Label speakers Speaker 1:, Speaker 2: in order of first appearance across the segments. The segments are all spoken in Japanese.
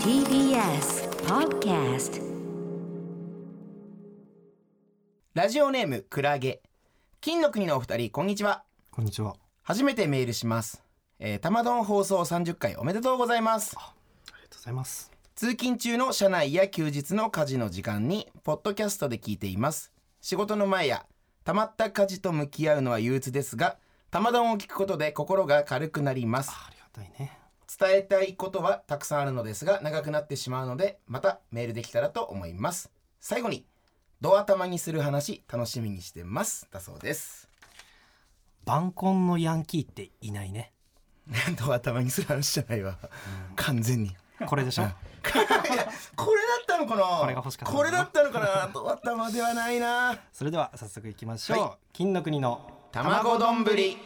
Speaker 1: TBS Podcast
Speaker 2: ラジオネームクラゲ金の国のお二人こんにちは
Speaker 3: こんにちは。
Speaker 2: 初めてメールしますえー、玉丼放送30回おめでとうございます
Speaker 3: ありがとうございます。
Speaker 2: 通勤中の車内や休日の家事の時間にポッドキャストで聞いています仕事の前やたまった家事と向き合うのは憂鬱ですが玉丼を聞くことで心が軽くなります
Speaker 3: ありがたいね。
Speaker 2: 伝えたいことはたくさんあるのですが長くなってしまうのでまたメールできたらと思います最後にドア玉にする話楽しみにしてますだそうです
Speaker 3: 晩婚のヤンキーっていないね。
Speaker 2: ドア玉にする話じゃないわ、完全にい
Speaker 3: これでし ょ。
Speaker 2: やこれだったのかな
Speaker 3: これが欲しかったの
Speaker 2: こ
Speaker 3: かな
Speaker 2: れだったのかなドア玉ではないな
Speaker 3: それでは早速行きましょう。
Speaker 2: は
Speaker 3: 金の国の
Speaker 2: 卵丼ぶり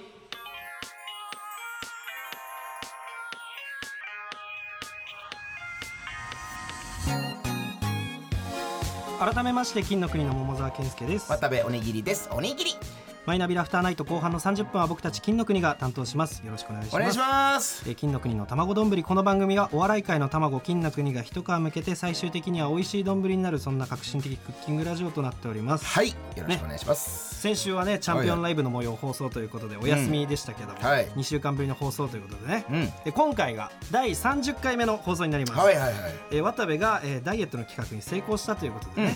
Speaker 3: 改めまして金の国の桃沢健介です。
Speaker 2: 渡部おにぎりですおにぎり
Speaker 3: マイナビラフターナイト後半の30分は僕たち金の国が担当します。よろしくお願いし
Speaker 2: お
Speaker 3: ます。
Speaker 2: 願いします
Speaker 3: えー金の国の卵丼ぶりこの番組はお笑い界の卵金の国が一皮むけて最終的には美味しい丼ぶりになるそんな革新的クッキングラジオとなっております。
Speaker 2: はいよろしくお願いします、
Speaker 3: 先週はねチャンピオンライブの模様放送ということでお休みでしたけども、
Speaker 2: うんはい
Speaker 3: 2週間ぶりの放送ということでね、
Speaker 2: うん
Speaker 3: で今回が第30回目の放送になります、
Speaker 2: はいはいはい
Speaker 3: えー渡部が、えーダイエットの企画に成功したということでね、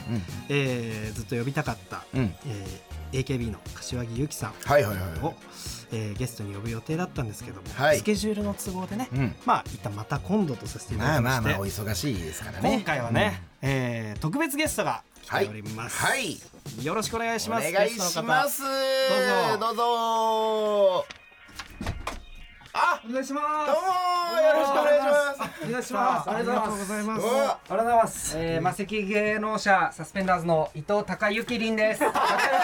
Speaker 3: えーずっと呼びたかった、
Speaker 2: うんうんうん
Speaker 3: えー AKB の柏木由紀さん
Speaker 2: はいはいはい
Speaker 3: を、えーゲストに呼ぶ予定だったんですけども、
Speaker 2: はい
Speaker 3: スケジュールの都合でね、
Speaker 2: うん
Speaker 3: まあ一旦また今度とさせていた
Speaker 2: ま
Speaker 3: だ
Speaker 2: あ
Speaker 3: きま
Speaker 2: まあ
Speaker 3: して、
Speaker 2: まあお忙しいですからね
Speaker 3: 今回はね、えー特別ゲストが来ております、
Speaker 2: はい
Speaker 3: よろしくお願いします
Speaker 2: お願いします
Speaker 3: どうぞ
Speaker 2: どうぞあ
Speaker 4: お願いしま
Speaker 2: どうもよろしくお願いします
Speaker 4: す。お願いします。
Speaker 3: ありがとうございます
Speaker 2: うわ
Speaker 4: ありがとうございます。えー、魔石芸能者サスペンダーズの伊藤孝之凛です。お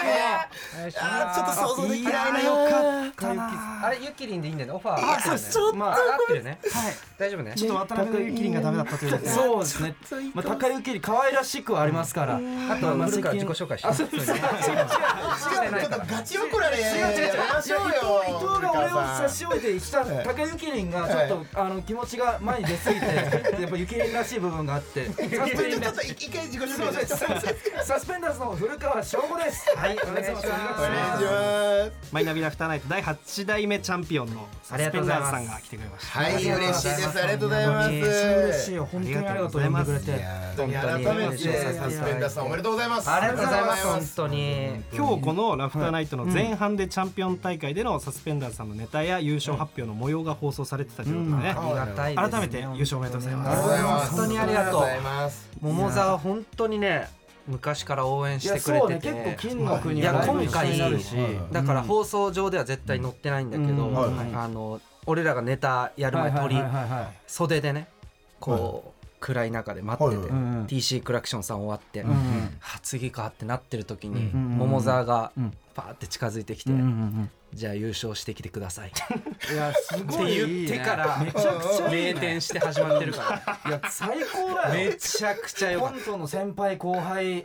Speaker 4: 願いし
Speaker 2: あ
Speaker 4: ます。
Speaker 2: ちょっと想像できないな
Speaker 3: よかったな
Speaker 4: あれゆきりんでいいんだよね。オファー
Speaker 3: あ
Speaker 4: あったよね。
Speaker 3: そうちょっと
Speaker 4: まあ合ってるね。はい。大丈夫ね。
Speaker 3: ちょっと渡辺のキリンがダメだったと いうことで
Speaker 5: そうですね。まあ高い受けに可愛らしくはありますから。
Speaker 4: あとはまあ自己紹介して。あ、そうそう。して
Speaker 2: 違う
Speaker 4: ない
Speaker 2: ちょっ
Speaker 4: か
Speaker 2: と
Speaker 4: ら。
Speaker 2: ガチ怒られ違う
Speaker 5: 違う違う
Speaker 2: やめましょうよ
Speaker 5: 伊藤が俺を差し置いてきた
Speaker 2: はい
Speaker 5: 高雪凛がちょっと、あの気持ちが前に出過ぎてやっぱ雪凛らしい部分があってサスペン
Speaker 2: ちょっとち
Speaker 5: ダ
Speaker 2: ょ
Speaker 5: ー
Speaker 2: っと一回自己紹介してお願いし
Speaker 5: ズサスペンダーズの古川翔吾です
Speaker 4: はい、お願いします。
Speaker 2: ます
Speaker 3: マイナビラフターナイト第8代目チャンピオンのサスペンダーズさんが来てくれました
Speaker 2: はい嬉しいですありがとうございます
Speaker 5: 嬉しいよ本当にありがとう呼んでくれ
Speaker 2: い
Speaker 5: て
Speaker 2: や
Speaker 4: 本当に
Speaker 2: ー改めて
Speaker 4: いやいやいや
Speaker 2: サスペンダーさんおめでとうございます
Speaker 4: ありがとうございます。
Speaker 2: ありがとうございま
Speaker 4: 本当に。
Speaker 3: 今日このラフターナイトの前半でチャンピオン大会でのサスペンダーズさんのネタや優勝発表の模様が放送されてたということでね
Speaker 4: ありがたいです。
Speaker 3: 改めて優勝おめでとうござい
Speaker 2: ありがとうご
Speaker 3: ま
Speaker 2: ざいます
Speaker 4: 本当にあり
Speaker 2: ありが
Speaker 4: がとう
Speaker 2: とうございます
Speaker 4: 桃沢本当にね、昔から応援
Speaker 5: い
Speaker 4: し
Speaker 5: や
Speaker 4: てくれ
Speaker 5: そう
Speaker 4: て
Speaker 5: ね
Speaker 4: て。
Speaker 5: 結構金の国
Speaker 4: いや
Speaker 5: はライブ
Speaker 4: 今
Speaker 5: 一緒になるし
Speaker 2: 今回
Speaker 4: だから放送上では絶対載ってないんだけど、
Speaker 5: うん
Speaker 2: はい
Speaker 4: あの俺らがネタやる前
Speaker 5: はい
Speaker 4: 鳥
Speaker 5: はいはいはい
Speaker 4: 袖でねこう暗い中で待って
Speaker 2: はい
Speaker 4: て
Speaker 2: う
Speaker 5: うんうん
Speaker 4: TC クラクションさん終わって、
Speaker 5: うん
Speaker 4: あ次かってなってる時に
Speaker 2: うん
Speaker 4: 桃沢が
Speaker 5: うん
Speaker 4: パーって近づいてき
Speaker 5: う
Speaker 4: て
Speaker 5: んうんうん
Speaker 4: じゃあ優勝してきてください」って
Speaker 5: いやすごいい
Speaker 4: 言
Speaker 5: い
Speaker 4: って
Speaker 5: ね
Speaker 4: から
Speaker 5: めちゃくちゃいい
Speaker 4: 0
Speaker 5: ね
Speaker 4: 点して始まってるか
Speaker 5: いや最高
Speaker 4: ら
Speaker 5: だよ
Speaker 4: めちゃくちゃよか
Speaker 5: コ
Speaker 4: った
Speaker 5: ントの先輩後輩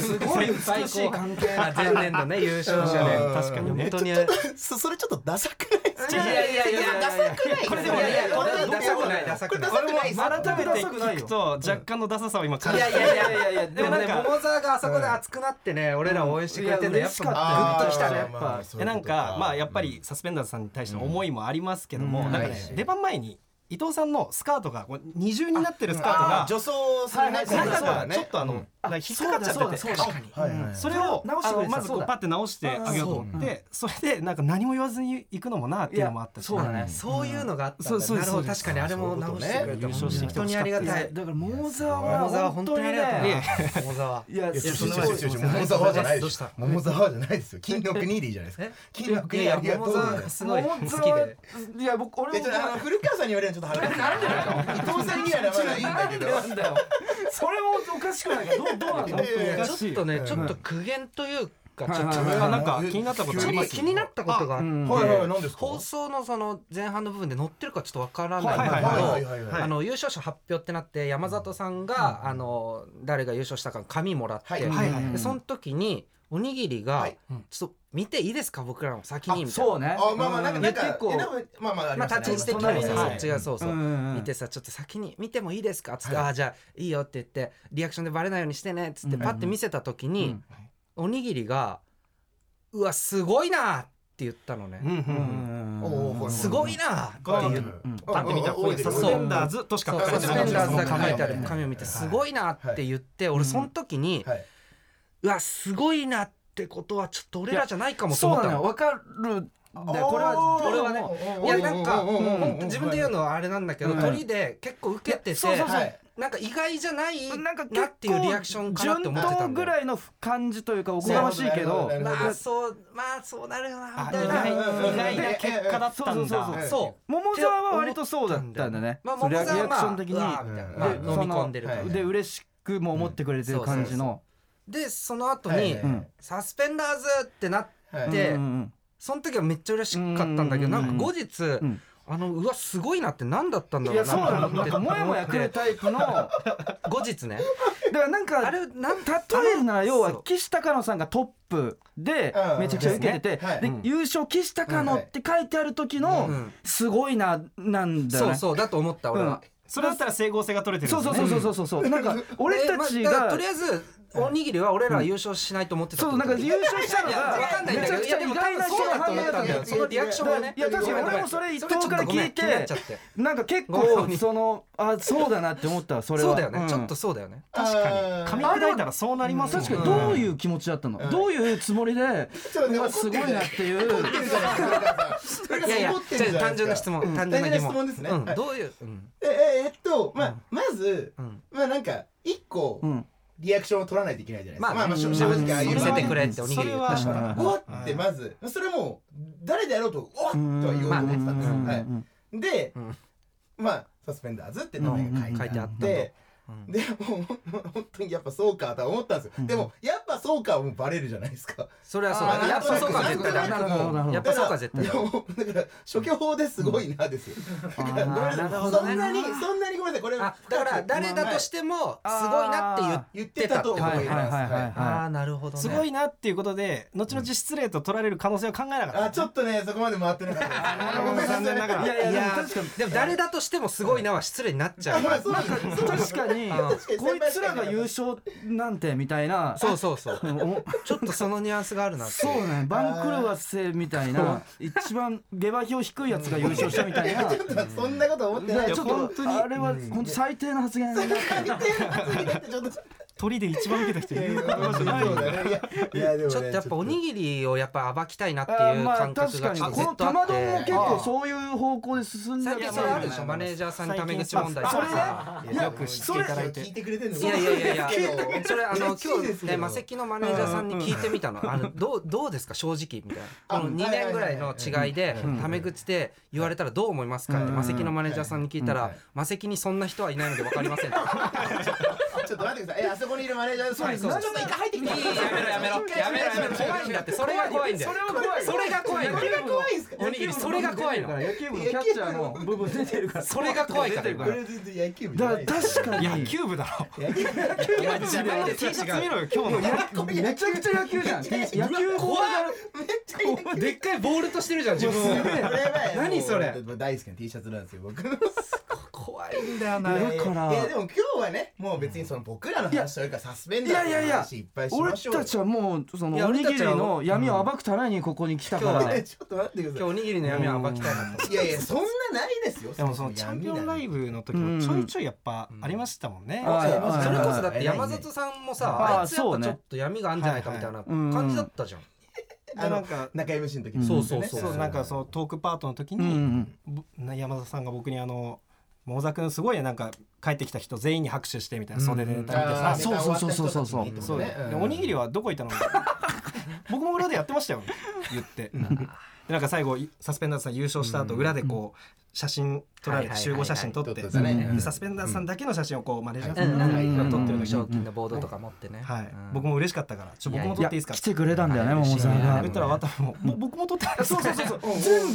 Speaker 5: すごい美しい関係
Speaker 4: あ前年度ね優勝
Speaker 2: うん
Speaker 4: 者
Speaker 3: う
Speaker 4: で
Speaker 3: ん確かにね
Speaker 4: 本当に
Speaker 2: そそれちょっとダサくないですか
Speaker 4: いやいやいやいやいや
Speaker 2: ダサくない
Speaker 4: これでも
Speaker 2: いやいや
Speaker 4: これ
Speaker 2: これ
Speaker 4: ダサくないダサくない
Speaker 2: これダサくないです
Speaker 5: 俺も改めて
Speaker 3: 聞くと若干のダサさを今感
Speaker 4: い
Speaker 3: じ
Speaker 4: や
Speaker 3: て
Speaker 4: いやいやいやいや
Speaker 5: うん
Speaker 4: でもね
Speaker 3: なんか
Speaker 4: 桃沢があそこで熱くなってね俺らを応援してくれてるの
Speaker 5: いや
Speaker 4: やっ
Speaker 5: 嬉しかっ
Speaker 4: ぱ
Speaker 5: た
Speaker 4: グッときたねや
Speaker 5: あー
Speaker 4: っぱ
Speaker 3: えなんかまあやっぱりサスペンダーズさんに対しての思いもありますけども、
Speaker 5: うん
Speaker 3: なんかね、
Speaker 2: はい
Speaker 3: 出番前に伊藤さんのスカートがこう二重になってるスカート
Speaker 2: あ
Speaker 3: が
Speaker 2: ー女装するね
Speaker 5: はいはい
Speaker 3: 中
Speaker 2: は
Speaker 3: が
Speaker 2: い
Speaker 3: ちょっとあの、
Speaker 2: うん
Speaker 3: なんか引っかかっちゃってて
Speaker 5: そうだそうだそうだ確
Speaker 2: はいはい
Speaker 3: それを
Speaker 5: 直して
Speaker 3: あ
Speaker 5: く
Speaker 3: の
Speaker 5: れてた
Speaker 3: まずこ
Speaker 5: そう
Speaker 3: う
Speaker 5: だ
Speaker 3: パッて直してあげようと思ってそれでなんか何も言わずに行くのもなっていうのもあったし
Speaker 5: いやそうだね
Speaker 4: うんそういうのがあった
Speaker 3: そ
Speaker 4: ん
Speaker 3: う
Speaker 4: だ
Speaker 3: そう
Speaker 4: なるほ
Speaker 3: そう
Speaker 4: ど
Speaker 3: です
Speaker 4: 確かにあれも直してくれ
Speaker 3: 優
Speaker 4: た
Speaker 3: 勝してきて
Speaker 4: 本当
Speaker 3: ほしか
Speaker 4: にあ
Speaker 3: っ
Speaker 4: り
Speaker 3: た
Speaker 4: が
Speaker 5: い
Speaker 4: た
Speaker 5: や
Speaker 4: い
Speaker 5: だから桃沢
Speaker 4: 桃沢
Speaker 5: は
Speaker 4: 本
Speaker 5: 本
Speaker 4: 当
Speaker 5: 当
Speaker 4: に
Speaker 5: に
Speaker 4: ありが
Speaker 5: ね
Speaker 4: たい
Speaker 5: い
Speaker 4: 桃沢
Speaker 5: や
Speaker 2: いや、
Speaker 5: す
Speaker 2: そんな
Speaker 5: ご
Speaker 2: こと
Speaker 5: いで
Speaker 2: ないです
Speaker 5: すよ
Speaker 2: よ。桃沢じゃないで
Speaker 4: どう
Speaker 2: し
Speaker 4: し
Speaker 2: ょ
Speaker 4: た。
Speaker 2: 桃沢じゃないですよ。金の国でいいじゃないですか。金の国
Speaker 4: い
Speaker 2: であ
Speaker 4: や
Speaker 2: りがとう
Speaker 4: 桃
Speaker 2: ござい
Speaker 4: 沢
Speaker 2: ま
Speaker 4: が
Speaker 2: す。
Speaker 4: すごい好き
Speaker 5: 桃沢
Speaker 4: で
Speaker 5: いや僕
Speaker 2: い
Speaker 5: 俺
Speaker 2: や
Speaker 5: も
Speaker 2: ちょっとあの古川さんに言われるのちょっと恥ずかしい。伊藤さんにはならないんだけど。
Speaker 5: なんだよそれもおかしくないかどうどうなんだ
Speaker 2: いやいやいや
Speaker 4: ちょっとねちょっと苦言というかちょっと
Speaker 5: はい
Speaker 3: あなんか気になったことあ
Speaker 4: ちょっ
Speaker 3: り
Speaker 4: と
Speaker 3: ま
Speaker 2: は
Speaker 3: す
Speaker 2: い
Speaker 4: 気になったことがあっ
Speaker 5: うん
Speaker 4: て
Speaker 2: はいはい何ですか
Speaker 4: 放送のその前半の部分で載ってるかちょっとわからないん
Speaker 3: はいはい
Speaker 2: は
Speaker 4: だ
Speaker 2: い
Speaker 4: け
Speaker 2: はいはい
Speaker 4: ど
Speaker 2: はい
Speaker 4: あの優勝者発表ってなって山里さんがあの誰が優勝したか紙もらって
Speaker 2: はい
Speaker 3: はいはい
Speaker 4: でその時におにぎりが
Speaker 2: はい
Speaker 4: ちょっと見ていいですか僕らも先にみたいな
Speaker 5: そうね
Speaker 2: あまあまあなんかなんか
Speaker 5: いや結構
Speaker 2: えでもまあまああり
Speaker 4: ま
Speaker 2: ま
Speaker 4: あ
Speaker 2: した
Speaker 4: タ
Speaker 2: ね
Speaker 4: ッチしてき
Speaker 5: そんな
Speaker 4: て
Speaker 5: に
Speaker 4: さ
Speaker 5: は
Speaker 4: そ
Speaker 5: い
Speaker 4: っちがそうそう、
Speaker 5: うんうんうん
Speaker 4: 見てさちょっと先に見てもいいですかっつって、
Speaker 2: はい
Speaker 4: ああじゃあいいよって言ってリアクションでバレないようにしてねっつって
Speaker 5: うん
Speaker 4: パッて見せた時に、
Speaker 5: うん
Speaker 4: おにぎりが「うわすごいな!」って言ったのね
Speaker 6: うんう、んうん
Speaker 2: おー
Speaker 4: すごいなって
Speaker 6: こう
Speaker 4: い
Speaker 6: いうう
Speaker 5: うん
Speaker 6: パッて見たらこういうサスペンダーズとしか
Speaker 4: そ
Speaker 6: 書
Speaker 4: う
Speaker 6: か
Speaker 4: サ
Speaker 6: れて
Speaker 4: ス
Speaker 6: な
Speaker 4: ペ
Speaker 6: かっ
Speaker 4: ン
Speaker 6: たそ
Speaker 4: ダーズだけ
Speaker 6: の
Speaker 4: 書
Speaker 6: 紙
Speaker 4: いてあ
Speaker 2: は
Speaker 4: る
Speaker 2: い
Speaker 4: 紙を見てすごいなって言って俺その時に
Speaker 2: はいう
Speaker 4: わすごいなってことはちょっと俺らじゃないかもと
Speaker 5: そう
Speaker 4: 思っ
Speaker 5: な
Speaker 4: た
Speaker 5: のよ
Speaker 4: の
Speaker 5: わかるんだよ
Speaker 2: おー
Speaker 5: これは俺はね
Speaker 4: いやなんか
Speaker 2: うん
Speaker 4: ほんと自分で言うのはあれなんだけど
Speaker 5: うん
Speaker 4: 鳥で結構受けてて
Speaker 5: そうそうそう
Speaker 2: はい
Speaker 4: なんか意外じゃない
Speaker 5: なんか
Speaker 4: なっていうリアク
Speaker 5: 結
Speaker 4: ション
Speaker 5: 構
Speaker 4: かなって
Speaker 5: 順
Speaker 4: 思ってた
Speaker 5: 当
Speaker 4: ん
Speaker 5: ぐ
Speaker 4: だよ
Speaker 5: らいの感じというかおこがましいけど
Speaker 2: なるほど
Speaker 4: まあそうまあそうなるよなみた
Speaker 2: あ
Speaker 4: いな
Speaker 2: うんうんうん
Speaker 3: 意外な結果だった
Speaker 5: そうんそう
Speaker 3: だ
Speaker 5: そう
Speaker 2: はい
Speaker 4: そう
Speaker 5: 桃沢は割とそうだったんだね
Speaker 4: まあ
Speaker 5: そうリ
Speaker 4: 桃
Speaker 5: ア
Speaker 4: 沢
Speaker 5: リア
Speaker 4: は
Speaker 5: ク
Speaker 4: ま
Speaker 5: シ
Speaker 4: あ
Speaker 5: ョン的
Speaker 4: うわ
Speaker 5: に
Speaker 4: ーみたい
Speaker 2: うん
Speaker 4: なまあ
Speaker 5: で
Speaker 4: 飲み込んでる感
Speaker 2: その
Speaker 4: じ
Speaker 5: で嬉しくも思ってくれてる感じの
Speaker 4: でその後
Speaker 2: はいはい
Speaker 4: に
Speaker 2: うん
Speaker 4: 「サスペンダーズ!」ってなって
Speaker 2: はい
Speaker 4: で
Speaker 5: うんうん
Speaker 4: その時はめっちゃ嬉しかったんだけど
Speaker 5: うん
Speaker 4: なんか後日、
Speaker 5: ん
Speaker 4: あのうわすごいなって何だったん
Speaker 5: う
Speaker 4: だ
Speaker 5: んい
Speaker 4: ろ
Speaker 5: や
Speaker 4: う
Speaker 5: そうな
Speaker 4: な
Speaker 5: の
Speaker 4: って
Speaker 5: なんかもやもやくるタ イプのだか
Speaker 4: 後日ね
Speaker 5: らなんか
Speaker 4: あれなん
Speaker 5: 例えるなら要
Speaker 4: そ
Speaker 5: は
Speaker 4: う
Speaker 5: 岸高野さんがトップで
Speaker 2: うん
Speaker 5: めちゃくちゃ受けてて
Speaker 2: ですねはい
Speaker 5: で優勝岸高野って書いてある時の
Speaker 4: うん
Speaker 5: すごいななんだよ
Speaker 4: そう
Speaker 5: ね。
Speaker 4: そうだと思った俺は、
Speaker 3: それだったら整合性が取れてる
Speaker 5: そ
Speaker 3: んで
Speaker 5: う
Speaker 3: す
Speaker 5: そう
Speaker 3: ね
Speaker 5: そうそうそうそうなんか俺たち
Speaker 4: えまあだから
Speaker 5: が
Speaker 4: とりあえずおにぎりは俺ら優勝しないと思ってたってこ
Speaker 5: そう
Speaker 4: と
Speaker 5: なんか優勝したの
Speaker 4: いやわか
Speaker 5: が
Speaker 4: んない
Speaker 5: め
Speaker 4: んだ
Speaker 5: ち
Speaker 4: けどいや
Speaker 5: ゃくちゃ
Speaker 4: で
Speaker 5: 意
Speaker 4: も
Speaker 5: 外
Speaker 4: 多
Speaker 5: な
Speaker 4: 分
Speaker 5: 人
Speaker 4: そう
Speaker 5: が
Speaker 4: だと
Speaker 5: 反
Speaker 4: 思ったんだ
Speaker 5: 映だった
Speaker 4: よ
Speaker 5: んだ
Speaker 4: その
Speaker 5: よ
Speaker 4: リアクションがね
Speaker 5: いや確かに俺もそれ伊藤から聞
Speaker 4: そ
Speaker 5: い
Speaker 4: れちょっとごめん
Speaker 5: て
Speaker 4: 気になっちゃって
Speaker 5: なんか結
Speaker 4: ご
Speaker 5: 構
Speaker 4: めん
Speaker 5: そのあそうだなって思ったわそれは
Speaker 4: そうだよね、
Speaker 5: ん
Speaker 4: ちょっとそうだよね
Speaker 3: 確かに
Speaker 2: あ
Speaker 3: 噛み砕いたらそうなりますもん
Speaker 5: 確かにどういう気持ちだったの、
Speaker 2: うん
Speaker 5: どういうつ もりで、
Speaker 2: ーちょっと
Speaker 5: う
Speaker 2: ね
Speaker 5: わすごいなっていう
Speaker 2: 怒ってるじゃないですかそれが
Speaker 4: いやいや
Speaker 2: 怒ってるじゃないです
Speaker 4: じゃ
Speaker 2: か
Speaker 4: あ単純な質問、単純な疑
Speaker 2: 単
Speaker 4: 問
Speaker 2: 純な質問ですね
Speaker 4: うん
Speaker 2: はい
Speaker 4: どういう、うん
Speaker 2: えええっとまあまず
Speaker 4: うん
Speaker 2: まあなんか一個
Speaker 5: うん、
Speaker 2: リアクションを取らないといけないじゃないです
Speaker 4: まあ
Speaker 2: かまあまあ正
Speaker 4: うん
Speaker 2: 正直ああいう
Speaker 4: 見
Speaker 2: の
Speaker 4: せ
Speaker 2: は
Speaker 4: てくれっておにぎり言ったし
Speaker 5: それ
Speaker 4: ね
Speaker 5: は
Speaker 2: うわってまずそれも誰であろうとおっとは言おうと思ってたんですよ
Speaker 4: うん
Speaker 2: はい で
Speaker 4: うん
Speaker 2: まあサスペンダーズって名前が書いてあって
Speaker 4: うん
Speaker 2: でもう本当にやっぱそうかとは思ったんですよでもやっぱそうかはもうバレるじゃないですか
Speaker 4: それはそう
Speaker 2: あー
Speaker 4: やっぱそうか
Speaker 2: なん
Speaker 4: 絶
Speaker 2: となく
Speaker 4: 対だ
Speaker 2: なんとなく
Speaker 5: なるほど
Speaker 4: やっぱそうか絶対
Speaker 2: い
Speaker 4: だ
Speaker 2: やもうだから諸挙法ですごいなですよだからごめんなさい
Speaker 4: なるほどね
Speaker 2: そんなにそんなにごめんなさいこれ
Speaker 4: あだから誰だとしててもすごいなって言っ
Speaker 2: 言ってたと思います
Speaker 5: はいはいはいはい
Speaker 4: ああなるほどね
Speaker 3: すごいなっていうことで後々失礼と取られる可能性を考えなかった
Speaker 2: あちょっとねそこまで回ってなかった
Speaker 3: ほど残念ながら
Speaker 5: いやいや
Speaker 4: い
Speaker 5: でも
Speaker 4: や
Speaker 5: 確かに
Speaker 4: でも誰だとしてもすごいなは失礼になっちゃ う
Speaker 2: まあそうなんですよ
Speaker 5: 確か
Speaker 2: 確かに
Speaker 5: にこいつらが優勝なんてみたいな
Speaker 4: そうそうそう
Speaker 5: うんお
Speaker 4: ちょっとそのニュアンスがあるなってい
Speaker 5: そうね番狂わせみたいな一番下馬評低いやつが優勝したみたい な
Speaker 2: ちょっとそんなこと思ってない
Speaker 5: いや
Speaker 2: よ
Speaker 5: ちょっ
Speaker 3: 本当
Speaker 5: と
Speaker 3: に
Speaker 5: あれは本当最低な発言だな
Speaker 2: 最低な発言ってちょっ と
Speaker 3: 鳥で一番受けた人いる
Speaker 2: そうだねいやいやでもね
Speaker 4: ちょっとやっぱおにぎりをやっぱ暴きたいなって
Speaker 5: あ
Speaker 4: い
Speaker 5: ー
Speaker 4: う
Speaker 5: まあ
Speaker 4: 感覚
Speaker 5: 確
Speaker 4: が
Speaker 5: か
Speaker 4: ち
Speaker 5: に
Speaker 4: ょっと
Speaker 5: こ
Speaker 4: ず
Speaker 5: の
Speaker 4: っとあ
Speaker 5: 玉
Speaker 4: っ
Speaker 5: 丼も
Speaker 4: て
Speaker 5: 結構そういう方向で進んだ
Speaker 4: 最近それあるでしょマネージャーさんため口問題とかさ
Speaker 2: いや
Speaker 3: よく知っていただいて
Speaker 2: 聞いてくれてるの
Speaker 4: いやいやいやい や
Speaker 2: けど
Speaker 4: それあ の今
Speaker 2: 嬉しいです
Speaker 4: 日
Speaker 2: け
Speaker 4: ね
Speaker 2: ど
Speaker 4: マセキのマネージャーさんに聞いてみたのあのどうどうですか正直みたいなこの2年ぐらいの違いでタメ口で言われたらどう思いますかってマセキのマネージャーさんに聞いたらマセキにそんな人はいないので分かりませんと
Speaker 2: ちょっと待ってくださいえあそこにいるマネージャーさん
Speaker 4: はいそうです
Speaker 2: ちょっと一回入ってきて
Speaker 4: いいやめろやめろやめろやめろ怖いんだってそれが怖いんだよそれが怖いんだ
Speaker 2: これが
Speaker 4: よ
Speaker 2: 怖いんすか
Speaker 4: おにぎりそれが怖いの
Speaker 5: 野球部のキャッチャーの部分出てるから
Speaker 4: それが怖いから
Speaker 5: 出てる
Speaker 2: これ全然野球部じゃ
Speaker 5: だ
Speaker 2: な
Speaker 5: から
Speaker 2: い
Speaker 5: 確かに
Speaker 3: 野球部だろ
Speaker 4: いや自分で T シャツ
Speaker 3: 見ろよ今日の
Speaker 5: めちゃくちゃ野球じゃん。野球ボ
Speaker 2: めっちゃ野球部
Speaker 4: でっかいボールとしてるじゃん自分を
Speaker 2: これはもう
Speaker 4: 何それ
Speaker 2: 大好きな T シャツなんですよ僕の
Speaker 4: 怖いんだよな
Speaker 5: ールだから
Speaker 2: いやでも今日はねもう別にその僕らの話というかサスペンダーズの
Speaker 5: いやいやいや
Speaker 2: 話いっぱいし
Speaker 5: 俺
Speaker 2: ましょうよ
Speaker 5: たちはもうそ
Speaker 4: いや
Speaker 5: のお
Speaker 4: 俺
Speaker 5: に
Speaker 4: た
Speaker 5: ぎ
Speaker 4: ち
Speaker 5: り
Speaker 4: は
Speaker 5: の闇を暴くためにここに来たから。
Speaker 2: えちょっと待ってくだ
Speaker 4: 今日
Speaker 2: さ
Speaker 4: おにぎりの闇を暴きたいなと
Speaker 2: いいやいやそんなないですよ
Speaker 3: でもそのチャンピオンライ
Speaker 2: ブ
Speaker 3: ブの時もちょいちょいやっぱありましたもんね、あ
Speaker 5: はいはい
Speaker 4: それこそだっ
Speaker 2: は
Speaker 4: て
Speaker 2: い
Speaker 4: 山里さんもさ
Speaker 5: はい
Speaker 4: あいつやっ
Speaker 5: そ
Speaker 4: ぱ
Speaker 5: うね
Speaker 4: ちょっと闇があるんじゃないかみたいな感じだったじゃん
Speaker 2: あ
Speaker 3: な
Speaker 2: の
Speaker 3: んか
Speaker 2: 中 MC の時も
Speaker 4: そうそうそう
Speaker 3: そうなんかそのトークパートの時
Speaker 5: うんう
Speaker 3: に、
Speaker 5: ん
Speaker 3: ぼな山田さんが僕にあの「桃沢君すごいねなんか帰ってきた人全員に拍手して」みたいな袖でネタ見て
Speaker 2: あ
Speaker 3: さ
Speaker 2: ー、
Speaker 5: そうそうそうそうそうそう
Speaker 2: ネタ
Speaker 3: そう
Speaker 2: 終わ
Speaker 3: で
Speaker 2: った人たちにってことね
Speaker 3: おにぎりはどこ行ったの僕も裏でやってましたよ言ってでなんか最後いサスペンダーズさん優勝した後裏でこう写真撮られ
Speaker 4: は
Speaker 3: て
Speaker 4: いはい
Speaker 3: 集合
Speaker 4: はいはい
Speaker 3: 写真撮っ
Speaker 2: 撮
Speaker 3: て
Speaker 2: ってたね
Speaker 3: うん
Speaker 2: うん
Speaker 3: サスペンダーさんだけの写真をこうマネージャーさ
Speaker 4: うんん
Speaker 3: が
Speaker 4: はい
Speaker 3: うん
Speaker 4: 撮って
Speaker 3: う
Speaker 4: る
Speaker 3: ん
Speaker 4: 時賞金のボードとか持ってね、
Speaker 3: はい
Speaker 4: うん
Speaker 3: 僕も嬉しかったからちょ僕も撮っていいですか
Speaker 5: 来てくれたんだよね
Speaker 4: はい
Speaker 5: 桃沢
Speaker 4: 嬉しい
Speaker 5: が
Speaker 4: ね
Speaker 3: 言ったら渡ももう僕も撮ってない
Speaker 5: そうそうそうそう全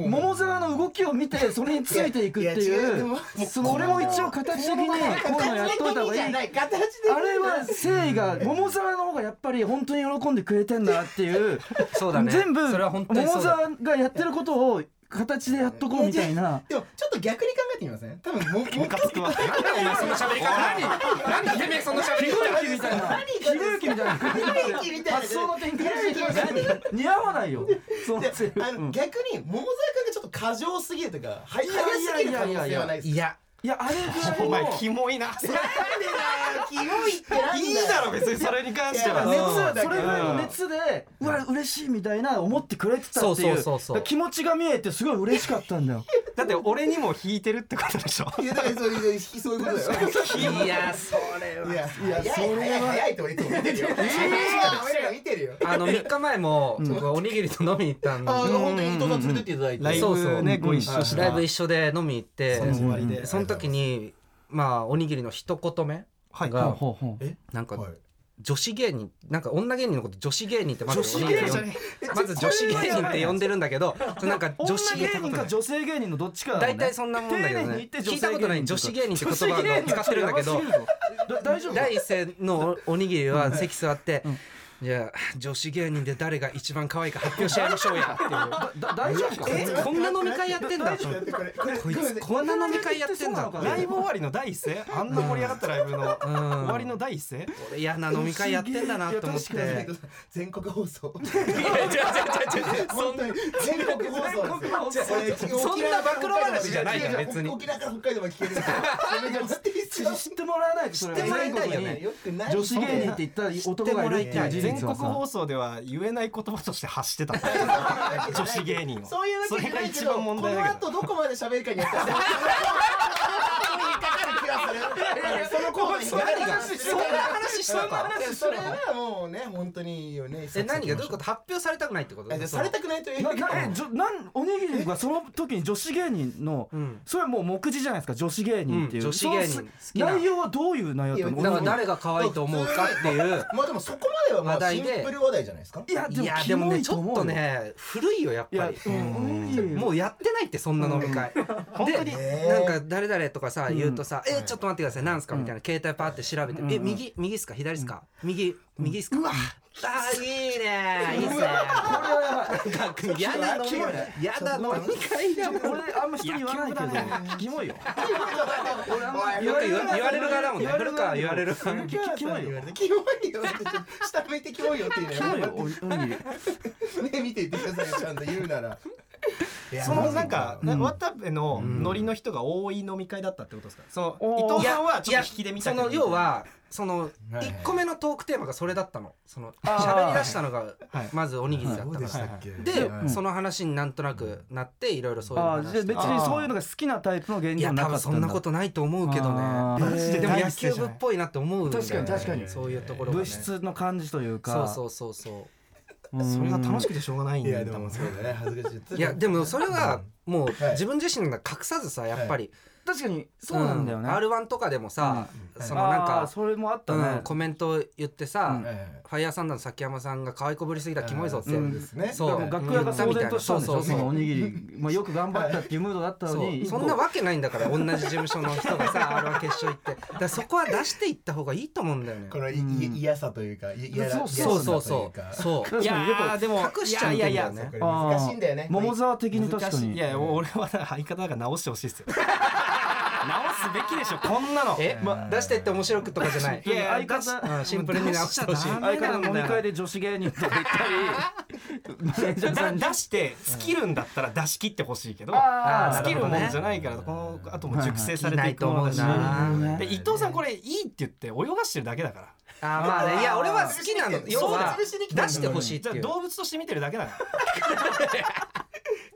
Speaker 5: 部桃沢の動きを見てそれについていくって
Speaker 2: いやいや違う
Speaker 5: い
Speaker 2: で
Speaker 5: う
Speaker 2: も
Speaker 5: そうこれも一応形的にこういうのやっといた方がいい
Speaker 2: い形で
Speaker 5: あれは誠意が桃沢の方がやっぱり本当に喜んでくれてんだっていう
Speaker 4: そうだね
Speaker 5: 全部
Speaker 4: それは本当にそ
Speaker 5: 桃
Speaker 4: うだ
Speaker 5: 沢がやってることを形でやっとこうみたいな
Speaker 2: でもちょっと逆に考えてみません多分ももっと
Speaker 4: なんだお前その喋り方何なんだてめえその喋り方
Speaker 5: ひろゆきみたいなひろゆきみたいな
Speaker 2: ひろゆきみたいな
Speaker 5: 発想の転換して似合わないよその
Speaker 2: で
Speaker 5: せ
Speaker 2: あの逆に桃沢君がちょっと過剰すぎるとか早すぎる可能性はないです
Speaker 4: いや
Speaker 5: いやあれ
Speaker 3: お
Speaker 5: ぐら
Speaker 3: 前
Speaker 5: いの
Speaker 3: キモいな
Speaker 2: かキモいってなんだよ
Speaker 3: いいだろ別にそれに関して
Speaker 2: いや
Speaker 3: は
Speaker 2: まあ
Speaker 5: 熱
Speaker 2: そうだけど
Speaker 5: それぐらいの熱でうわ嬉しいみたいな思ってくれてたって
Speaker 4: そう
Speaker 5: い
Speaker 4: そう
Speaker 5: う
Speaker 4: そうそう
Speaker 5: だから気持ちが見えてすごい嬉しかったんだよ
Speaker 3: だって俺にも引いてるってことでしょ
Speaker 2: いやだからそういうそういうことだよ
Speaker 4: いやそれ
Speaker 2: いや
Speaker 4: は
Speaker 2: いやそれは早いと俺いつも見てるよ俺ら見てるよ
Speaker 4: あの3日前も僕はおにぎりと飲みに行ったんで
Speaker 2: あの本当に伊藤さん連れてっていただいて
Speaker 3: ライ
Speaker 4: そうそ
Speaker 3: ブ
Speaker 4: う
Speaker 3: ねご一緒した
Speaker 4: ライブ一緒で飲みに行って
Speaker 3: その終わりで
Speaker 4: その時にまあおにぎりの一言目
Speaker 3: はい
Speaker 4: が
Speaker 5: ほうほう
Speaker 4: なんか
Speaker 2: はい
Speaker 4: 女子芸人なんか女芸人のこと女子芸人ってまずおにぎり呼ん
Speaker 3: ね
Speaker 4: まず女子芸人って呼んでるんだけどなんか女子
Speaker 5: 女
Speaker 4: 芸人
Speaker 5: 芸人か女性芸人のどっちかだもんね
Speaker 4: 大体そんなもんだけど
Speaker 5: 丁寧に言
Speaker 4: ね
Speaker 5: って女性芸
Speaker 4: 聞いたこ
Speaker 5: 人
Speaker 4: とない女子芸人って言葉
Speaker 5: 女子芸
Speaker 4: を
Speaker 5: 人
Speaker 4: 使ってるんだけど
Speaker 5: ちょっとやばすぎるぞだ大丈夫
Speaker 4: 第一声のおおにぎりは席座って
Speaker 5: ん
Speaker 4: 「じゃあ女子芸人で誰が一番可愛いか発表し合いましょうや」っ
Speaker 5: だ大丈夫か
Speaker 4: ていうえこんな飲み会やってんだ
Speaker 2: ちょっと待ってこれこれ
Speaker 4: こいつこんな飲み会やってんだ
Speaker 5: こんな
Speaker 3: ラ
Speaker 5: 飲み会やってんだ
Speaker 3: イブ終わりの第一声あんな盛り上がったライブの終わりの第一声
Speaker 4: 俺嫌な飲み会やってんだなと思っ
Speaker 5: いや
Speaker 4: て
Speaker 2: 全国放送
Speaker 4: そ
Speaker 2: 本当に全国放送ですよ
Speaker 4: そんな暴露話じゃないから別に
Speaker 2: 沖縄から北海道まで聞けるんですよめちゃめちゃ知ってる人
Speaker 5: 知ってもらわないとそれ
Speaker 4: 知ってもらいたいよね
Speaker 2: よくない
Speaker 5: 女子芸人って言ったら男がいるっていう事
Speaker 3: 全
Speaker 5: 実
Speaker 3: 国
Speaker 5: はさ
Speaker 3: 放送では言えない言葉として発 してた女子芸人を
Speaker 2: そういうわけじゃないけ
Speaker 3: それが一
Speaker 2: ど
Speaker 3: 番
Speaker 2: こ
Speaker 3: 問題だ
Speaker 2: の
Speaker 3: けど
Speaker 2: 後どこまで喋るかによってはそういうかかる気がするそのコーナーに何が
Speaker 4: そんな話したか
Speaker 2: それはもうね本当にいいよね
Speaker 4: え何がどういうこと発表されたくないってこと
Speaker 2: えじゃあされたくないという
Speaker 5: な
Speaker 2: か
Speaker 5: なえじょなんおにぎりがその時に女子芸人の
Speaker 4: うん
Speaker 5: それはもう目次じゃないですか女子芸人っていう
Speaker 4: うん女子芸人
Speaker 5: その
Speaker 4: 好きな
Speaker 5: 内容はどういう内容だったの
Speaker 2: いや
Speaker 4: だから誰が可愛いと思うかっていう
Speaker 2: まあでもそこまではま
Speaker 4: 話
Speaker 2: あシ
Speaker 4: 題で
Speaker 2: ンプル話題じゃないですか
Speaker 5: いやで
Speaker 4: い
Speaker 5: も
Speaker 4: や
Speaker 5: キ
Speaker 4: でも
Speaker 5: モ
Speaker 4: ね
Speaker 5: い
Speaker 4: ち
Speaker 5: と
Speaker 4: ょ
Speaker 5: 思
Speaker 4: っ
Speaker 5: うよ
Speaker 4: とね古いよやっ
Speaker 5: い
Speaker 4: ぱ
Speaker 5: や
Speaker 4: り
Speaker 5: うん
Speaker 4: もうやってないってそんな飲み会
Speaker 3: 本当に
Speaker 4: でなんか誰々とかさ言うとさ「えちょっと待ってくださいなんすか?」みたいな携帯パーって調べて「え右右っすか左っすか右右っすか?」うわあーいいねいいっすねなんか嫌な飲み会嫌な飲み会だもん
Speaker 5: 俺あんま人に言わないけどキモいよ俺あんま
Speaker 4: よく言わ言われる側だもんね
Speaker 5: 言われる
Speaker 4: 古川
Speaker 5: 側
Speaker 4: 言われる側
Speaker 5: キキモいよ
Speaker 2: キモいよって下向いてキモいよって言う
Speaker 5: キモ
Speaker 2: の
Speaker 5: い
Speaker 2: よ
Speaker 5: よおおにぎり
Speaker 2: 目見て言ってくださいよちゃんと言うならいや
Speaker 3: そのなんか、
Speaker 5: ん
Speaker 3: 渡部のノリの人が多い飲み会だったってことですか、その伊
Speaker 4: い
Speaker 3: 藤
Speaker 4: や
Speaker 3: さんはちょっと引きで見た
Speaker 4: い
Speaker 3: け
Speaker 4: や
Speaker 3: ど
Speaker 4: その要はその
Speaker 2: はい
Speaker 4: 1個目のトークテーマがそれだったのその
Speaker 5: あー
Speaker 4: 喋り出したのが
Speaker 3: はい
Speaker 4: まずおにぎりだった
Speaker 2: どう
Speaker 4: か
Speaker 2: でした
Speaker 4: ら
Speaker 2: っけ
Speaker 4: で
Speaker 2: はい
Speaker 4: その話になんとなくなっていろいろそういうの
Speaker 5: あー
Speaker 4: 話
Speaker 5: じゃあ
Speaker 4: し
Speaker 5: 別
Speaker 4: て
Speaker 5: にそういうのが好きなタイプの芸
Speaker 4: い
Speaker 5: 人じゃ
Speaker 4: や
Speaker 5: な
Speaker 4: 多
Speaker 5: か
Speaker 4: 分
Speaker 5: った
Speaker 4: そ
Speaker 5: んだ
Speaker 4: んなことないと思うけど
Speaker 5: あ
Speaker 4: ね
Speaker 5: ー
Speaker 3: マジ
Speaker 4: でも
Speaker 3: 第
Speaker 4: 野
Speaker 3: 一声
Speaker 4: 球
Speaker 3: じゃ
Speaker 4: 部っ
Speaker 3: ない
Speaker 4: ぽいなって思うんだよね
Speaker 5: 確かに確かに
Speaker 4: そういうところがね
Speaker 5: 物質の感じとい
Speaker 4: そ
Speaker 5: う
Speaker 4: う
Speaker 5: か
Speaker 4: そうそうそう
Speaker 5: うん
Speaker 3: それが楽しくてしょうがないん
Speaker 2: いや
Speaker 3: だ
Speaker 2: で
Speaker 3: 多
Speaker 2: も
Speaker 3: 分
Speaker 2: そうだね恥ずかしい
Speaker 4: いやでもそれはもう
Speaker 2: はい
Speaker 4: 自分自身が隠さずさやっぱり
Speaker 5: 確かにそうなんだよね
Speaker 4: R1 とかでもさ
Speaker 2: うん
Speaker 4: そのなん
Speaker 5: あー
Speaker 4: か
Speaker 5: それもあった
Speaker 4: うん
Speaker 5: ね
Speaker 4: コメント言ってさ
Speaker 5: うん
Speaker 2: え
Speaker 4: ファイヤーサンダーの崎山さんが可愛いこぶりすぎた
Speaker 2: え
Speaker 4: キモいぞって
Speaker 2: そうですね
Speaker 4: そう
Speaker 5: だからもう楽屋が騒然としたんでし
Speaker 4: そうそ
Speaker 5: ょ
Speaker 4: う
Speaker 5: そのおにぎりまあよく頑張ったっていうムードだったの
Speaker 4: そう
Speaker 5: に
Speaker 4: そんなわけないんだから同じ事務所の人がさ r 1決勝行ってだからそこは出していった方がいいと思うんだよね
Speaker 2: この嫌さというか嫌
Speaker 5: そう
Speaker 4: そ
Speaker 2: と
Speaker 4: うそう
Speaker 2: い
Speaker 4: そうう
Speaker 2: か
Speaker 4: そう
Speaker 5: 確かにやっぱ
Speaker 4: ーでも隠しちゃうんだよね
Speaker 2: これ難しいんだよね
Speaker 5: 桃沢的に確
Speaker 3: 難
Speaker 5: か
Speaker 3: しい
Speaker 5: に
Speaker 3: いや俺は相方だから直してほしいですよ直すべきでしょこんなの
Speaker 4: え、ま、出してって面白くとかじゃない
Speaker 5: いや
Speaker 4: うん
Speaker 5: 相方
Speaker 4: うんシンプルに直してほしい
Speaker 3: もう
Speaker 5: 相方の飲み会で女子芸人とか行ったりマネージャーさ
Speaker 3: だ
Speaker 5: んに
Speaker 3: 出して尽きるんだったら出し切ってほしいけど
Speaker 5: あ
Speaker 4: ー
Speaker 3: 尽きるも
Speaker 4: な
Speaker 3: ん
Speaker 4: るほどね
Speaker 3: じゃないからこの後も熟成されていくものだし
Speaker 4: はいはいはい
Speaker 5: なるほどね
Speaker 3: で伊藤さんこれいいって言って泳がしてるだけだから
Speaker 4: あーまあねいや俺は好きなの要は出してほしいっ
Speaker 3: じ
Speaker 4: て
Speaker 3: ゃあ
Speaker 4: い う
Speaker 3: 動物として見てるだけだか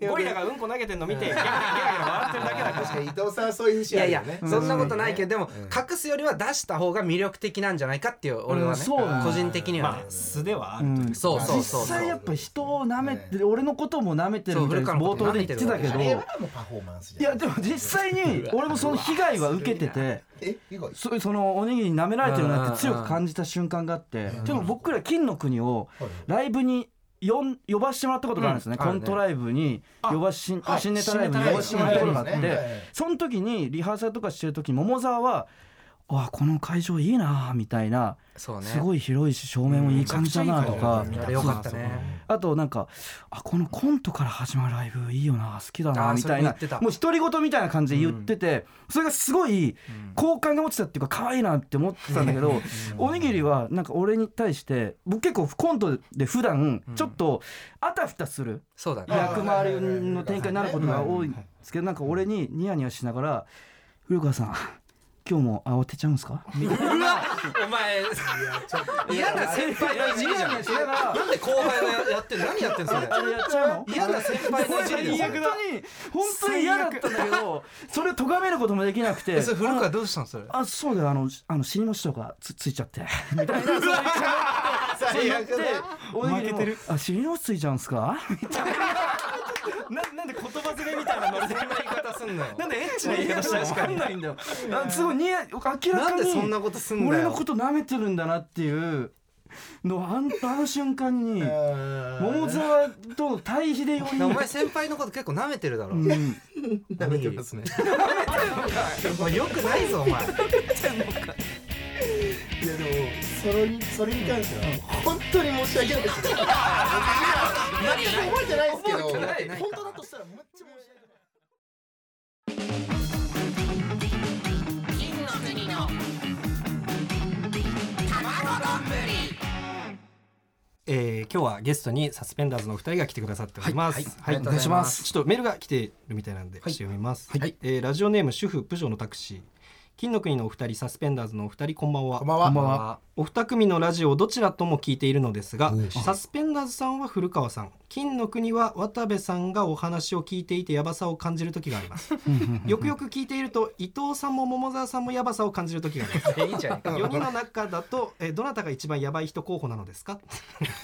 Speaker 3: ゴリラがうんこ投げてんの見てギャギャギャギャ笑ってるだけだから
Speaker 2: 確かに伊藤さんはそういう
Speaker 4: い
Speaker 2: 節あ
Speaker 4: やい
Speaker 2: るよ
Speaker 4: や
Speaker 2: ね
Speaker 4: そんなことないけどでも隠すよりは出した方が魅力的なんじゃないかっていう俺はね
Speaker 5: そうなんだ
Speaker 4: 個人的に は
Speaker 3: ま
Speaker 4: ね
Speaker 3: あ素ではあ
Speaker 5: う
Speaker 3: るというん
Speaker 4: そうそうそう
Speaker 5: 実際やっぱ人を舐めて俺のことも舐めてるみたい
Speaker 4: そ
Speaker 5: な
Speaker 4: う
Speaker 5: 冒頭で言ってたけ
Speaker 4: 古川
Speaker 5: ど
Speaker 2: あれはいもうパフォーマンスじゃ
Speaker 5: や
Speaker 2: ん
Speaker 5: でも実際に俺もその被害は受けてて
Speaker 2: え以外
Speaker 5: そそのおにぎりに舐められてるなって強く感じた瞬間があってでも僕ら金の国をライブに呼ん呼ばしてもらったことがあるんですね、
Speaker 4: うんある
Speaker 5: コ
Speaker 4: ね
Speaker 5: ントライブに呼ばし、
Speaker 2: はい
Speaker 5: 新ネタライブに呼ばしてもらったことがあって、
Speaker 2: 新ネタライブねはい
Speaker 5: その時にリハーサルとかしてる時に桃沢は「わあこの会場いいなあ」みたいな、
Speaker 4: そうね
Speaker 5: すごい広いし照明もいい感じだなあとか、
Speaker 4: あれよかったね
Speaker 5: あとなんか「あこのコントから始まるライブいいよな好きだな」
Speaker 4: あー
Speaker 5: みた
Speaker 4: それも
Speaker 5: いな
Speaker 4: 言ってた
Speaker 5: もう独り言みたいな感じで言ってて、それがすごい好感が落ちたっていうか可愛いなって思ってたんだけど、おにぎりはなんか俺に対して僕結構コントで普段ちょっとあたふたする
Speaker 4: そうだね
Speaker 5: 役回りの展開になることが多いんですけどなんか俺にニヤニヤしながら「古川さん今日も慌てちゃうんですか?」みたいな
Speaker 4: うわお前嫌な先輩のいじりじゃん
Speaker 5: しながら
Speaker 4: なんで後輩がやってる何やってんのそれ
Speaker 5: あれやっちゃうの
Speaker 4: 嫌な先輩のいじりだよそれ
Speaker 5: 本当に本当に嫌だったんだけどそれを咎めることもできなくて
Speaker 4: えそれ古川どうしたのそれ
Speaker 5: あそうだよあのあの尻餅とかつついちゃってみたいなそういうそういうおにぎりもあ尻餅ついちゃうんすか
Speaker 3: ななんで言葉連れみたいなの
Speaker 4: そんな言い方すんなよ
Speaker 3: なんでエッチな言い方したの
Speaker 5: わかんないんだよあすごいにや明ら
Speaker 4: なん
Speaker 5: か
Speaker 4: で
Speaker 5: に
Speaker 4: そんなことすんだ
Speaker 5: 俺の
Speaker 4: よ
Speaker 5: こと舐めてるんだなっていうのをあんあの瞬間に桃沢との対比でより
Speaker 4: お前先輩のこと結構舐めてるだろ
Speaker 5: うん
Speaker 2: 舐めてますね
Speaker 4: お前よくないぞお前
Speaker 2: いやでもそれにそれに関しては本当に申し訳ない です。僕ら全く覚えてないですけど、
Speaker 4: 覚えてない
Speaker 2: 本当だとしたらめっちゃ申し訳ない。
Speaker 3: えー今日はゲストにサスペンダーズのお二人が来てくださっております。はい、
Speaker 4: はいありがとうございます
Speaker 3: ちょっとメールが来てるみたいなんで、読みます。はい、えーラジオネーム主婦プジョーのタクシー。金の国のお二人、サスペンダーズのお二人、こんばんは。
Speaker 2: こんばんは。
Speaker 3: お二組のラジオどちらとも聞いているのですがサスペンダーズさんは古川さん金の国は渡部さんがお話を聞いていてヤバさを感じる時がありますよくよく聞いていると伊藤さんも桃沢さんもヤバさを感じる時があります
Speaker 4: い いじゃん
Speaker 3: 4人の中だとえどなたが一番ヤバい人候補なのですか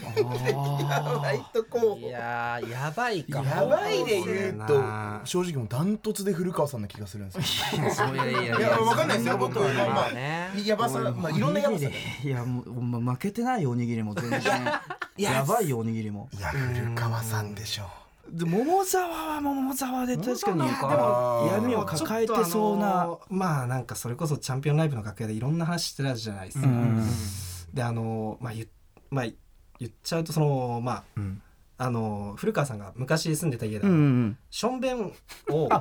Speaker 2: ライト候補。や
Speaker 4: やーやばいか
Speaker 2: ばいで言う
Speaker 3: そう
Speaker 2: と
Speaker 3: だな
Speaker 2: 正直もうダントツで古川さんな気がするんです
Speaker 4: いやいやい
Speaker 2: よ。い
Speaker 4: や
Speaker 2: やわかんないですよ
Speaker 4: そ
Speaker 2: 僕
Speaker 4: こと
Speaker 2: は
Speaker 4: ない
Speaker 2: ま
Speaker 4: まあ
Speaker 2: あ
Speaker 4: ね
Speaker 2: やばさまあいろんなやばさ。い
Speaker 5: いやもうほんま負けてないよおにぎりも全然やばいよおにぎりも
Speaker 2: や古川さんでしょう。
Speaker 5: で桃沢は桃沢で確かに闇を抱えてそう
Speaker 3: あ
Speaker 5: な
Speaker 3: のまあなんかそれこそチャンピオンライブの楽屋でいろんな話してたじゃないですか、
Speaker 5: うん
Speaker 3: であのまあ言,、まあ、言っちゃうとそのまあ、あの古川さんが昔住んでた家で、
Speaker 5: うん
Speaker 3: しょんべんをあ、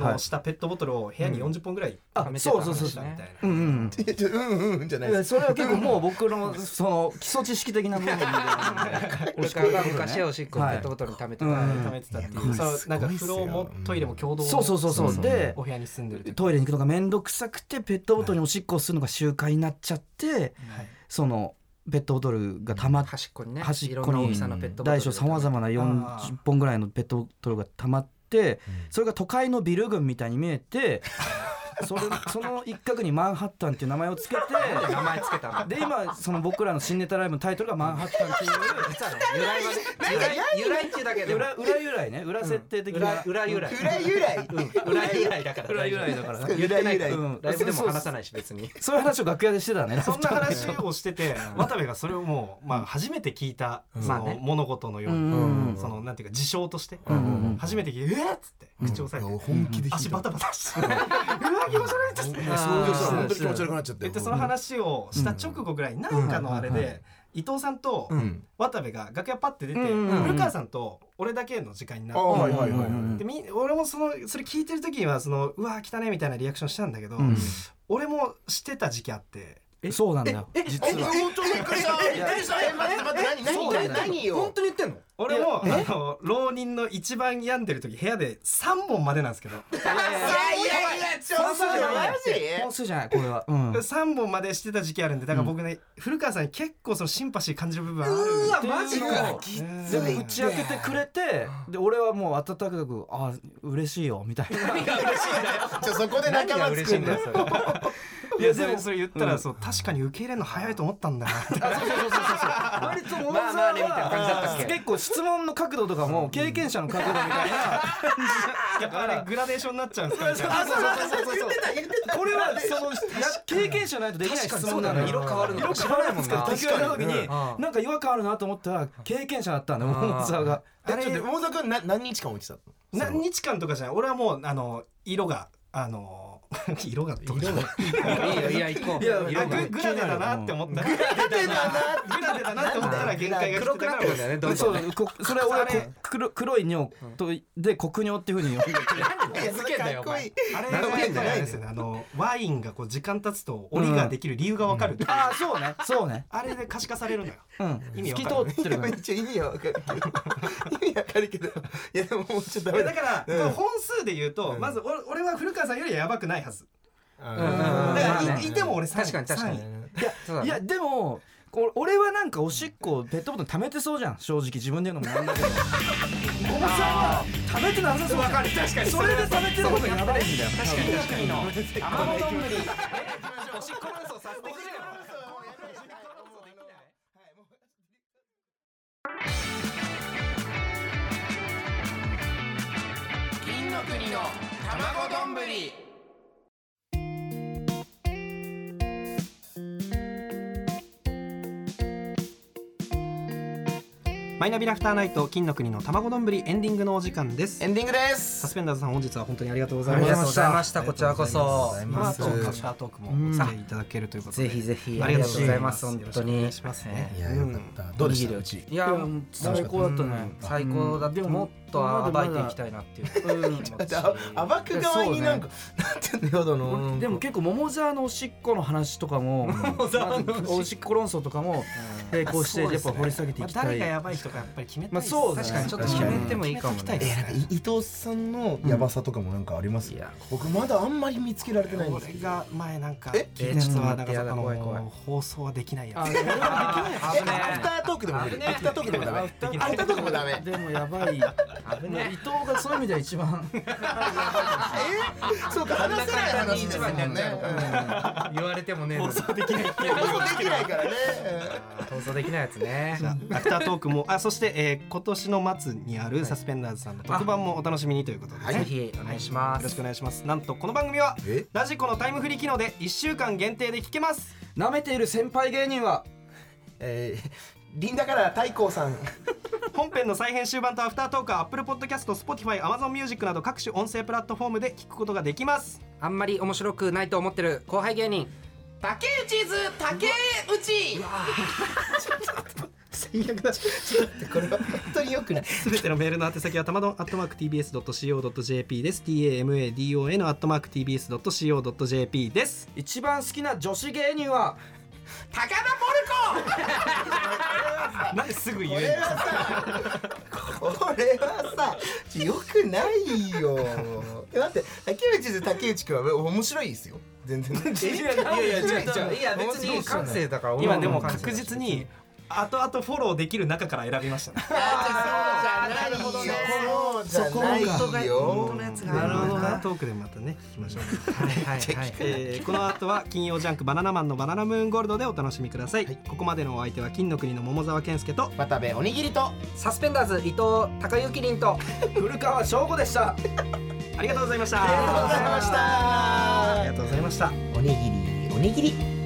Speaker 3: のしたペットボトルを部屋に40本ぐらい溜めてた
Speaker 5: そうそう
Speaker 3: 話
Speaker 5: そ
Speaker 3: だ
Speaker 5: う
Speaker 3: みたい
Speaker 5: うんうん
Speaker 2: いやちょ うんうんじゃない
Speaker 5: い
Speaker 2: で
Speaker 5: や
Speaker 2: す。
Speaker 5: それは結構もう僕のその基礎知識的な部分みたいなので
Speaker 4: 俺から昔おしっこをペットボトルに溜めてた
Speaker 3: な溜めてたっていう、そうなんか風呂もトイレも共同
Speaker 5: そうそうそうそうで
Speaker 3: お部屋に住んでる
Speaker 5: トイレに行くのが面倒くさくてペットボトルにおしっこをするのが習慣になっちゃってそのペットボトルが溜まって
Speaker 4: 端っこにね
Speaker 5: 端っ
Speaker 4: いろ
Speaker 5: こに
Speaker 4: んな大きさのペットボトル
Speaker 5: 大小さまざまな
Speaker 3: あ
Speaker 5: 40
Speaker 3: ー
Speaker 5: 本ぐらいのペットボトルが溜まってそれが都会のビル群みたいに見えてそれその一角にマンハッタンっていう名前をつけて
Speaker 4: 名前つけ たの
Speaker 5: で今その僕らの新ネタライブのタイトルが「マンハッタン」っていう
Speaker 4: 実はね由来はね由来由来っていうだけでも
Speaker 5: 裏裏由来ね裏設定的
Speaker 4: 裏
Speaker 5: な
Speaker 4: 裏由 来
Speaker 2: 裏由来。
Speaker 4: 裏由来だから
Speaker 5: 裏由来だから
Speaker 4: 大丈夫言ってないから
Speaker 5: 裏由来
Speaker 4: ライブでも話さないし別に
Speaker 5: そういう話を楽屋でしてたね
Speaker 3: そんな話をしてて渡部がそれをもう、まあ、初めて聞いた、その物事のように、
Speaker 5: うん
Speaker 3: そのなんていうか事象として、
Speaker 5: んうん
Speaker 3: 初めて聞いて「えっ!」っつって口を押さえて、
Speaker 2: 本気で
Speaker 3: 足
Speaker 2: ひど
Speaker 3: バ
Speaker 2: い。
Speaker 3: タバタして「うわ気持ち悪い!」っつって。
Speaker 2: そうそうそう本当に気持ち悪くなっちゃっ
Speaker 3: で
Speaker 2: て。
Speaker 3: でその話をした直後ぐらいなんかのあれで伊藤さんと
Speaker 2: ん
Speaker 3: 渡部が楽屋パッて出て
Speaker 5: うんうん
Speaker 3: 古川さんと俺だけの時間にな
Speaker 2: あはい
Speaker 3: っ
Speaker 2: はいはいは
Speaker 5: うんうんう
Speaker 2: い
Speaker 5: ん。
Speaker 3: てでみ俺もそのそれ聞いてる時にはそのうわー汚ねみたいなリアクションしたんだけど
Speaker 5: うん
Speaker 3: 俺もしてた時期あって
Speaker 5: そうなんだよ
Speaker 4: え
Speaker 2: 実は
Speaker 4: ええちょっとびっくりしたびっくりしたえ待って待って
Speaker 2: そうだよ
Speaker 4: 何本当に言ってんの
Speaker 3: 俺もあの浪人の一番病んでる時部屋で3本までなんですけど
Speaker 4: いやいやちょっと本数じゃないこれはうん
Speaker 3: 3本までしてた時期あるんでだから僕ね、古川さんに結構そのシンパシー感じる部分ある
Speaker 4: うわマジか
Speaker 3: えー
Speaker 5: でも打ち明けてくれてで俺はもう温かく「あ嬉しいよ」みたいな
Speaker 2: じゃそこで仲間作るんだよ。
Speaker 3: いやでもそれ言ったら、そう確かに受け入れるの早いと思ったんだなって
Speaker 5: 割とモ ン
Speaker 4: まあまあねみたいな感じだったっけ
Speaker 5: 結構質問の角度とかも経験者の角度みたい な
Speaker 3: やっぱあれグラデ ーションになっちゃうんですかみたいな
Speaker 5: これはその経験者ないとできない質問なのよ
Speaker 4: 色変わるの
Speaker 5: 色変わるんですから
Speaker 4: 確
Speaker 5: 聞
Speaker 4: か
Speaker 5: か
Speaker 4: に
Speaker 5: れた時に
Speaker 4: うん
Speaker 5: なんか違和感あるなと思ったら経験者だったんだよ大沢が。
Speaker 2: えちょっと桃沢君な何日間置いてたの？
Speaker 3: 何日間とかじゃない俺はもうあの色があの色がとかじゃない
Speaker 4: いいよいや行こう
Speaker 5: や
Speaker 4: 色
Speaker 3: あ
Speaker 4: が
Speaker 3: ググラデだなって思ったグラデだなグラデだなって思ったら限界が来て
Speaker 4: 黒くなってくるんだよねどん
Speaker 5: そ
Speaker 4: どんね
Speaker 5: うこそれは俺はこ黒黒い尿とで黒尿っていうふうに呼んでて
Speaker 4: 続けんだよお前
Speaker 3: あれ
Speaker 2: なるわけじゃない
Speaker 3: あれですよねあのワインがこう時間経つと檻ができる理由がわかるっていう、
Speaker 5: ああそうねそうね
Speaker 3: あれで可視化されるのよ
Speaker 5: うん
Speaker 3: 意味
Speaker 5: 透
Speaker 3: わかる
Speaker 5: き通ってるから
Speaker 2: 一応意味はわかるけど。意味わかるけど。いやでももうちょっとダ
Speaker 3: い
Speaker 2: メ
Speaker 3: や
Speaker 2: だ
Speaker 3: だ。から、
Speaker 2: うん
Speaker 3: 本数で言うと、まず俺俺は古川さんよりやばくないはず、
Speaker 2: うん
Speaker 3: だからい,、
Speaker 4: まあね
Speaker 3: いても俺3位
Speaker 4: 確かに確かに
Speaker 3: 3位
Speaker 4: そうだ
Speaker 5: い
Speaker 4: ね
Speaker 5: やでもこ俺はなんかおしっこをペットボトルに溜めてそうじゃん正直自分で言うのもなんだけどおばさんは溜めてなさそうじゃん
Speaker 3: 確かに
Speaker 5: それで溜めてることがやばいんだよ
Speaker 4: 確かに確かに
Speaker 2: 金の国の卵丼ぶり。
Speaker 3: マイナビラフターナイト金の国の卵丼ぶりエンディングのお時間です
Speaker 2: エンディングで
Speaker 3: サ
Speaker 2: す。
Speaker 3: スペンダーズさん本日は本当にありがとうござ
Speaker 4: あ
Speaker 3: い
Speaker 4: り
Speaker 3: ま
Speaker 4: が
Speaker 3: す
Speaker 4: とうございましたこちらこそ
Speaker 3: まあ、トーク
Speaker 2: ま
Speaker 3: ア
Speaker 2: あ
Speaker 3: フタートークもお付き合いいただけるということで、
Speaker 4: ぜひぜひ
Speaker 3: ありがとうございます
Speaker 4: ありがと
Speaker 3: よろしく
Speaker 4: うございます
Speaker 3: お願いしますね
Speaker 2: いやよかった。どうでした？うち。
Speaker 4: いやもう
Speaker 5: 最高だったね
Speaker 4: 最高だ
Speaker 5: うん
Speaker 4: で
Speaker 5: で
Speaker 4: も
Speaker 5: も
Speaker 4: もっと暴いていきたいなっていう気持ち
Speaker 2: あ暴く側になんかなんていうんだよどの。
Speaker 5: でも結構桃沢のおしっこの話とかもおしっこ論争とかも並行してやっぱ掘り下げてい
Speaker 3: まあ
Speaker 5: きたい
Speaker 3: 誰がやばい人かやっぱり決めたいです、
Speaker 5: まあそうだね
Speaker 4: 確かにちょっと決めてもいいかも
Speaker 3: 決めときた
Speaker 4: ね
Speaker 3: ですね
Speaker 2: 伊藤さんのヤバさとかもなんかあります。僕まだあんまり見つけられてないんです
Speaker 3: 俺
Speaker 2: けど。
Speaker 3: が前なんか
Speaker 2: え
Speaker 3: えちょっとなん
Speaker 4: え
Speaker 3: か
Speaker 4: ちょっと待ってや
Speaker 3: そ
Speaker 4: だ
Speaker 3: の
Speaker 4: 怖い怖い
Speaker 3: 放送はできないやつ
Speaker 2: えアフタートークでも無理。アフタートークでもダメ。アフタートークもダメ。
Speaker 5: でもやばい伊藤がそういう意味では一番
Speaker 2: そうか話せない話です
Speaker 4: 一
Speaker 2: も
Speaker 4: 番
Speaker 2: ん
Speaker 4: になっち
Speaker 2: ね。
Speaker 4: ゃう言われてもね放送できない
Speaker 2: もうできないからね。
Speaker 4: 放送できないやつね
Speaker 3: アフタートークもあそして、えー今年の末にあるサスペンダーズさんの特番もお楽しみにということで、
Speaker 4: ぜひお願いしま
Speaker 3: よろ
Speaker 4: す
Speaker 3: しくお願いしますなんとこの番組は
Speaker 2: え
Speaker 3: ラジコのタイムフリー機能で1週間限定で聞けます
Speaker 5: 舐めている先輩芸人は
Speaker 2: えーリンダから太閤さん。
Speaker 3: 本編の再編集版とアフタートークは Apple Podcast、Spotify、Amazon Music など各種音声プラットフォームで聞くことができます
Speaker 4: あんまり面白くないと思ってる後輩芸人
Speaker 2: 竹内図竹内。
Speaker 3: 最悪だ
Speaker 2: これは本当に良くない。
Speaker 3: すべてのメールの宛先はたまどん atmarktbs.co.jp です tamadon atmarktbs.co.jp です
Speaker 5: 一番好きな女子芸人は
Speaker 2: 高田ポルコ。
Speaker 3: なんですぐ言
Speaker 2: こ
Speaker 3: え
Speaker 2: れ
Speaker 3: るの
Speaker 2: はさ、これはさ、ちょ良くないよ。 え待って、竹内図竹内くんは面白いですよ。全然。
Speaker 5: いやいやいや違う違う
Speaker 4: いや別に感性だから
Speaker 3: 今でも確実に後々フォローできる中から選びましたね
Speaker 2: あーそうじゃないよ。そうじゃないよ。
Speaker 3: なるほどなトークでまたね聞きましょう、
Speaker 4: はいはいはい
Speaker 3: えーこの後は金曜ジャンクバナナマンのバナナムーンゴールドでお楽しみください、ここまでのお相手は金の国の桃沢健介と
Speaker 2: 渡部おにぎりと。
Speaker 4: サスペンダーズ伊藤孝之凛と
Speaker 5: 古川翔吾でした
Speaker 3: ありがとうございまし
Speaker 2: ありがとうござい
Speaker 3: た
Speaker 2: ました
Speaker 3: ありがとうございました
Speaker 2: おにぎりおにぎり